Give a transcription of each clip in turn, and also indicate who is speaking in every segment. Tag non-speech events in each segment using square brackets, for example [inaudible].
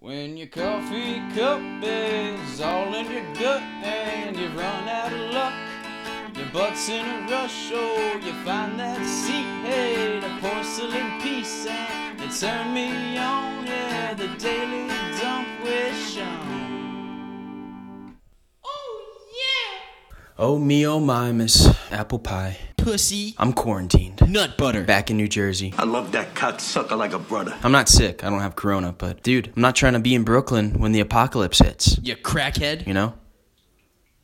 Speaker 1: When your coffee cup is all in your gut and you've run out of luck, your butt's in a rush, oh, you find that seat, hey, the porcelain piece, and it turned me on, yeah, the daily dump with Sean.
Speaker 2: Oh
Speaker 1: Oh, me, oh, my, Miss Apple Pie.
Speaker 2: yeah! Pussy.
Speaker 1: I'm quarantined.
Speaker 2: Nut butter.
Speaker 1: Back in New Jersey.
Speaker 3: I love that cocksucker like a brother.
Speaker 1: I'm not sick. I don't have corona, but dude, I'm not trying to be in Brooklyn when the apocalypse hits.
Speaker 2: You crackhead.
Speaker 1: You know?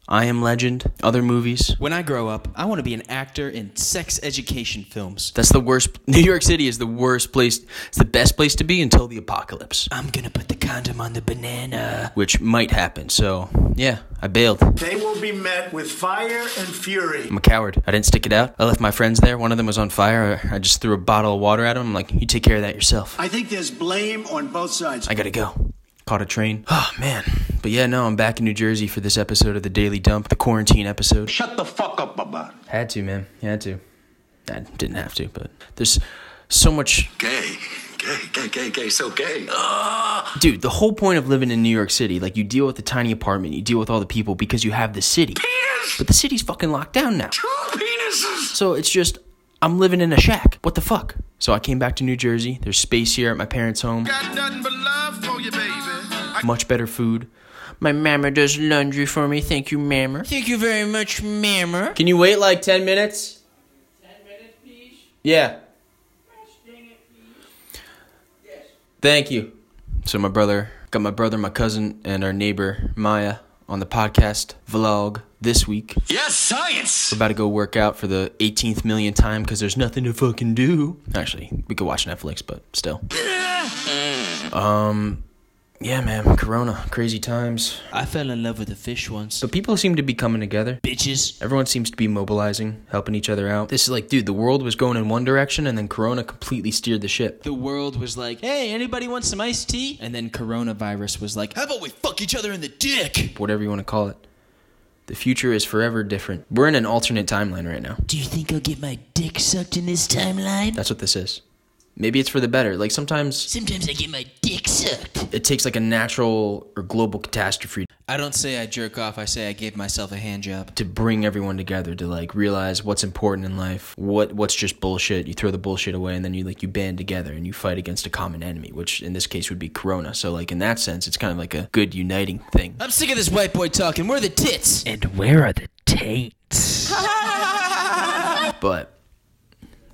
Speaker 1: I Am Legend, other movies.
Speaker 2: When I grow up, I want to be an actor in sex education films.
Speaker 1: That's the worst. [laughs] New York City is the worst place. It's the best place to be until the apocalypse,
Speaker 2: I'm gonna put the condom on the banana.
Speaker 1: which might happen. So, yeah, I bailed. I'm
Speaker 4: They will be met with fire and fury.
Speaker 1: a coward. I didn't stick it out. I left my friends there. One of them was on fire. I I just threw a bottle of water at him. I'm like, you take care of that yourself.
Speaker 4: I think there's blame on both sides.
Speaker 1: I gotta go. Caught a train. Oh, man. But yeah, no, I'm back in New Jersey for this episode of the Daily Dump, the quarantine episode.
Speaker 3: Shut the fuck up about it.
Speaker 1: Had to, man. You had to. I didn't have to, but there's so much.
Speaker 3: Gay, gay, gay, gay, gay, so gay.
Speaker 1: Dude, the whole point of living in New York City, like you deal with the tiny apartment, you deal with all the people because you have the city.
Speaker 3: Penis!
Speaker 1: But the city's fucking locked down now.
Speaker 3: Two penises!
Speaker 1: So it's just, I'm living in a shack. What the fuck? So I came back to New Jersey. There's space here at my parents' home,
Speaker 5: got nothing but love for you, baby.
Speaker 1: much better food. My mama does laundry for me. Thank you, mama.
Speaker 2: Thank you very much, mammer.
Speaker 1: Can you wait like 10 minutes? 10 minutes, please? Yeah. Thank you. So my brother, got my brother, my cousin, and our neighbor, Maya, on the podcast vlog this week.
Speaker 3: Yes, science!
Speaker 1: We're about to go work out for the 18th million time because there's nothing to fucking do. Actually, we could watch Netflix, but still. Um, yeah, man, Corona, crazy times.
Speaker 2: I fell in love with a fish once.
Speaker 1: But people seem to be coming together.
Speaker 2: Bitches.
Speaker 1: Everyone seems to be mobilizing, helping each other out. This is like, dude, the world was going in one direction and then Corona completely steered the ship.
Speaker 2: The world was like, hey, anybody want some iced tea? And then coronavirus was like, how about we fuck each other in the dick?
Speaker 1: Whatever you want to call it. The future is forever different. We're in an alternate timeline right now.
Speaker 2: Do you think I'll get my dick sucked in this timeline?
Speaker 1: That's what this is. Maybe it's for the better. Like sometimes
Speaker 2: Sometimes I get my dick sucked.
Speaker 1: it takes like a natural or global catastrophe
Speaker 2: I don't say I jerk off, I say I gave myself a hand job.
Speaker 1: to bring everyone together to like realize what's important in life, what what's just bullshit. You throw the bullshit away and then you like you band together and you fight against a common enemy, which in this case would be corona. So like in that sense, it's kind of like a good uniting thing.
Speaker 2: I'm sick of this white boy talking. Where are the tits?
Speaker 1: But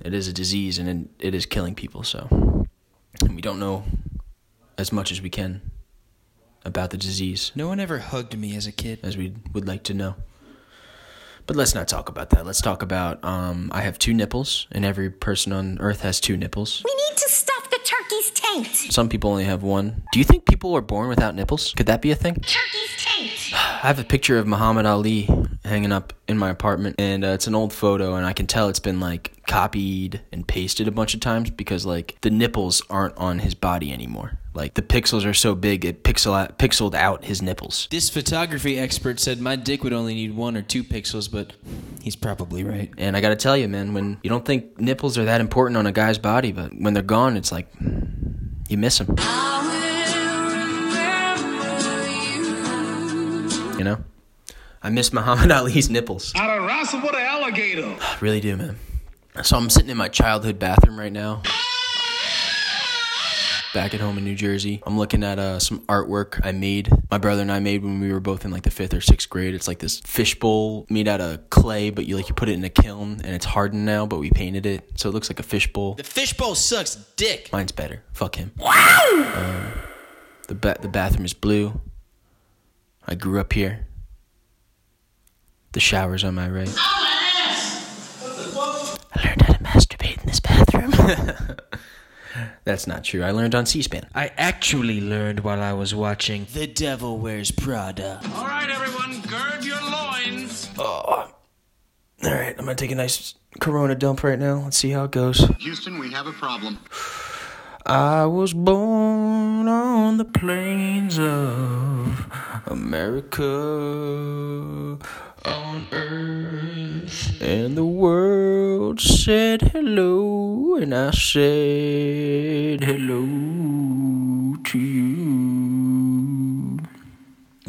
Speaker 1: it is a disease and it, it is killing people, so and we don't know as much as we can about the disease
Speaker 2: No one ever hugged me as a kid.
Speaker 1: as we would like to know. But let's not talk about that. Let's talk about um, I have two nipples, and every person on earth has two nipples.
Speaker 6: We need to stuff the turkey's taint.
Speaker 1: Some people only have one. Do you think people are born without nipples? Could that be a thing?
Speaker 6: Turkey's taint.
Speaker 1: I have a picture of Muhammad Ali hanging up in my apartment, and uh, it's an old photo, and I can tell it's been like copied and pasted a bunch of times because like the nipples aren't on his body anymore. Like the pixels are so big, it pixel out, pixeled out his nipples.
Speaker 2: This photography expert said my dick would only need one or two pixels, but he's probably right.
Speaker 1: And I gotta tell you, man, when you don't think nipples are that important on a guy's body, but when they're gone, it's like you miss them. You know, I miss Muhammad [laughs] Ali's nipples.
Speaker 5: Out of wrestle with an alligator.
Speaker 1: I really do, man. So I'm sitting in my childhood bathroom right now. Back at home in New Jersey, I'm looking at uh, some artwork I made. My brother and I made when we were both in like the fifth or sixth grade. It's like this fishbowl made out of clay, but you like you put it in a kiln and it's hardened now. But we painted it, so it looks like a fishbowl.
Speaker 2: The fishbowl sucks dick.
Speaker 1: Mine's better. Fuck him. Wow. the ba- the bathroom is blue. I grew up here. The shower's on my right. I learned how to masturbate in this bathroom. [laughs] That's not true. I learned on C-SPAN.
Speaker 2: I actually learned while I was watching The Devil Wears Prada.
Speaker 5: All right, everyone, gird your loins.
Speaker 1: All right, I'm gonna take a nice Corona dump right now. Let's see how it goes.
Speaker 7: Houston, we have a problem.
Speaker 1: I was born on the plains of America, on earth, and the world said hello, and I said hello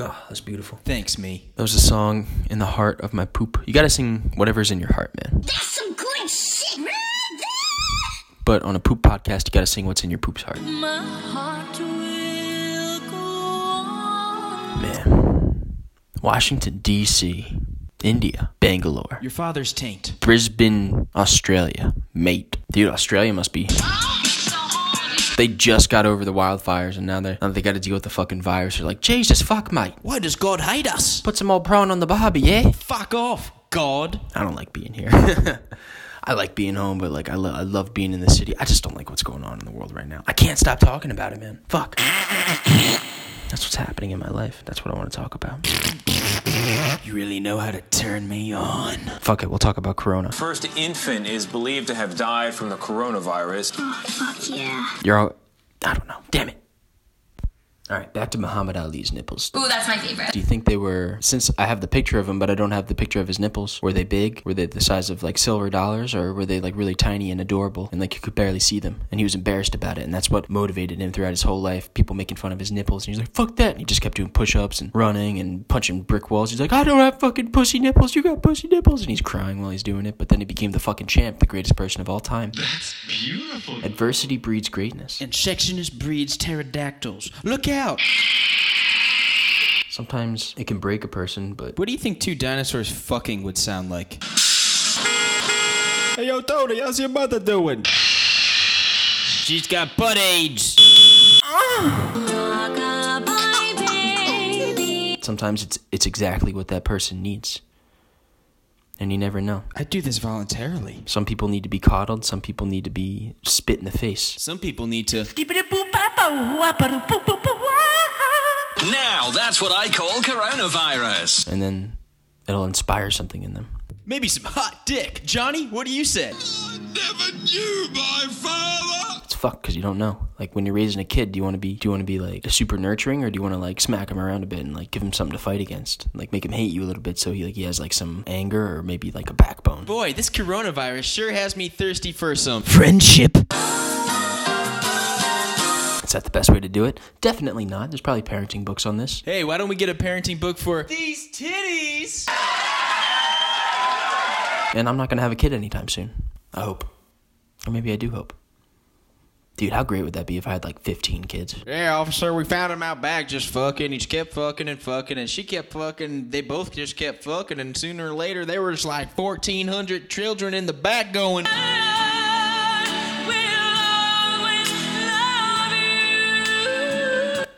Speaker 7: Oh, that's beautiful.
Speaker 1: Thanks, me. That was a song in the heart of my poop. You gotta sing whatever's in your heart, man.
Speaker 6: That's some good shit.
Speaker 1: But on a poop podcast, you gotta sing what's in your poop's heart.
Speaker 6: My heart will go on.
Speaker 1: Man. Washington, D.C., India, Bangalore,
Speaker 2: Your father's taint.
Speaker 1: Brisbane, Australia. Mate. Dude, Australia must be. They just got over the wildfires and now they now they got to deal with the fucking virus. They're like, Jesus fuck, mate.
Speaker 2: Why does God hate us?
Speaker 1: Put some old prawn on the barbie, yeah?
Speaker 2: Fuck off, God.
Speaker 1: I don't like being here. [laughs] I like being home, but like I, lo- I love being in the city. I just don't like what's going on in the world right now. I can't stop talking about it, man. Fuck. That's what's happening in my life. That's what I want to talk about. You really know how to turn me on. Fuck it, we'll talk about Corona.
Speaker 8: First infant is believed to have died from the coronavirus.
Speaker 6: Fuck yeah.
Speaker 1: You're all. I don't know. Damn it. All right, back to Muhammad Ali's nipples.
Speaker 6: Ooh, that's my favorite.
Speaker 1: Do you think they were since I have the picture of him but I don't have the picture of his nipples, were they big? Were they the size of like silver dollars or were they like really tiny and adorable and like you could barely see them and he was embarrassed about it and that's what motivated him throughout his whole life. People making fun of his nipples and he's like, Fuck that and he just kept doing push ups and running and punching brick walls. He's like, I don't have fucking pussy nipples, you got pussy nipples and he's crying while he's doing it, but then he became the fucking champ, the greatest person of all time. That's beautiful. Adversity breeds greatness.
Speaker 2: And sectionist breeds pterodactyls. Look out!
Speaker 1: Sometimes it can break a person, but
Speaker 2: What do you think two dinosaurs fucking would sound like?
Speaker 1: Hey yo Tony, how's your mother doing?
Speaker 2: She's got butt AIDS.
Speaker 6: [laughs]
Speaker 1: sometimes it's it's exactly what that person needs and you never know
Speaker 2: I do this voluntarily.
Speaker 1: some people need to be coddled some people need to be spit in the face
Speaker 2: Some people need to.
Speaker 8: Now that's what I call coronavirus.
Speaker 1: and then it'll inspire something in them
Speaker 2: Maybe some hot dick. Johnny, what do you say?
Speaker 1: it's fucked because you don't know like when you're raising a kid do you want to be do you want to be like super nurturing or do you want to like smack him around a bit and like give him something to fight against like make him hate you a little bit so he like he has like some anger or maybe like a backbone
Speaker 2: Boy, this coronavirus sure has me thirsty for some.
Speaker 1: friendship is that the best way to do it definitely not there's probably parenting books on this
Speaker 2: Hey, why don't we get a parenting book for these titties?
Speaker 1: And I'm not going to have a kid anytime soon. I hope. Or maybe I do hope. Dude, how great would that be if I had like 15 kids?
Speaker 2: Yeah, officer, we found him out back just fucking. He just kept fucking and fucking, and she kept fucking. They both just kept fucking, and sooner or later, there was like 1,400 children in the back going.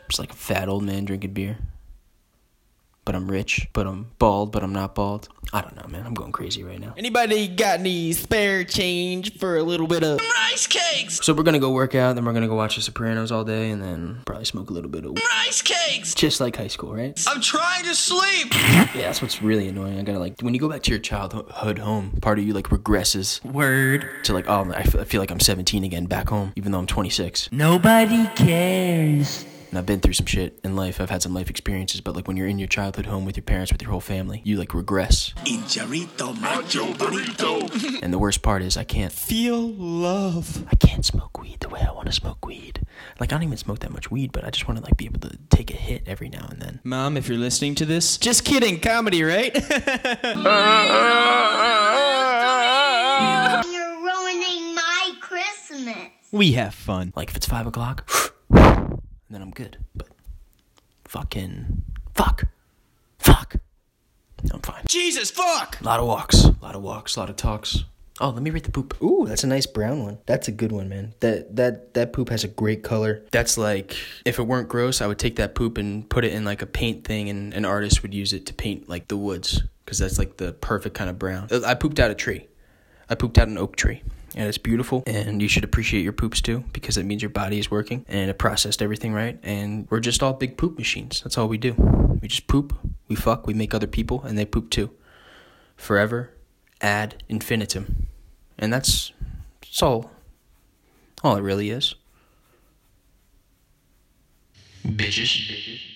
Speaker 1: Just like a fat old man drinking beer. But I'm rich, but I'm bald, but I'm not bald. I don't know, man. I'm going crazy right now.
Speaker 2: Anybody got any spare change for a little bit of
Speaker 3: Rice cakes.
Speaker 1: So we're going to go work out, then we're going to go watch The Sopranos all day, and then probably smoke a little bit of.
Speaker 3: Rice cakes.
Speaker 1: Just like high school, right?
Speaker 8: I'm trying to sleep.
Speaker 1: Yeah, that's what's really annoying. I gotta like when you go back to your childhood home, part of you like regresses
Speaker 9: Word.
Speaker 1: to like, oh, I f- I feel like I'm 17 again back home, even though I'm 26.
Speaker 9: Nobody cares.
Speaker 1: And I've been through some shit in life. I've had some life experiences, but like when you're in your childhood home with your parents, with your whole family, you like regress.
Speaker 4: Injarito macho burrito.
Speaker 1: And the worst part is I can't
Speaker 2: feel love?
Speaker 1: I can't smoke weed the way I want to smoke weed. Like I don't even smoke that much weed, but I just want to like be able to take a hit every now and then.
Speaker 2: Mom, if you're listening to this, just kidding, comedy, right? [laughs]
Speaker 6: You're ruining my Christmas.
Speaker 2: we have fun.
Speaker 1: Like if it's five o'clock, [sighs] and then I'm good. But fucking fuck, fuck, I'm fine.
Speaker 2: Jesus, fuck!
Speaker 1: A lot of walks, a lot of walks, a lot of talks. Oh, let me read the poop. Ooh, that's a nice brown one. That's a good one, man. That that that poop has a great color. That's like if it weren't gross, I would take that poop and put it in like a paint thing, and an artist would use it to paint like the woods, because that's like the perfect kind of brown. I pooped out a tree. I pooped out an oak tree. And it's beautiful, and you should appreciate your poops too, because it means your body is working and it processed everything right. And we're just all big poop machines. That's all we do. We just poop, we fuck, we make other people, and they poop too forever ad infinitum. And that's, that's all, all it really is. Bitches.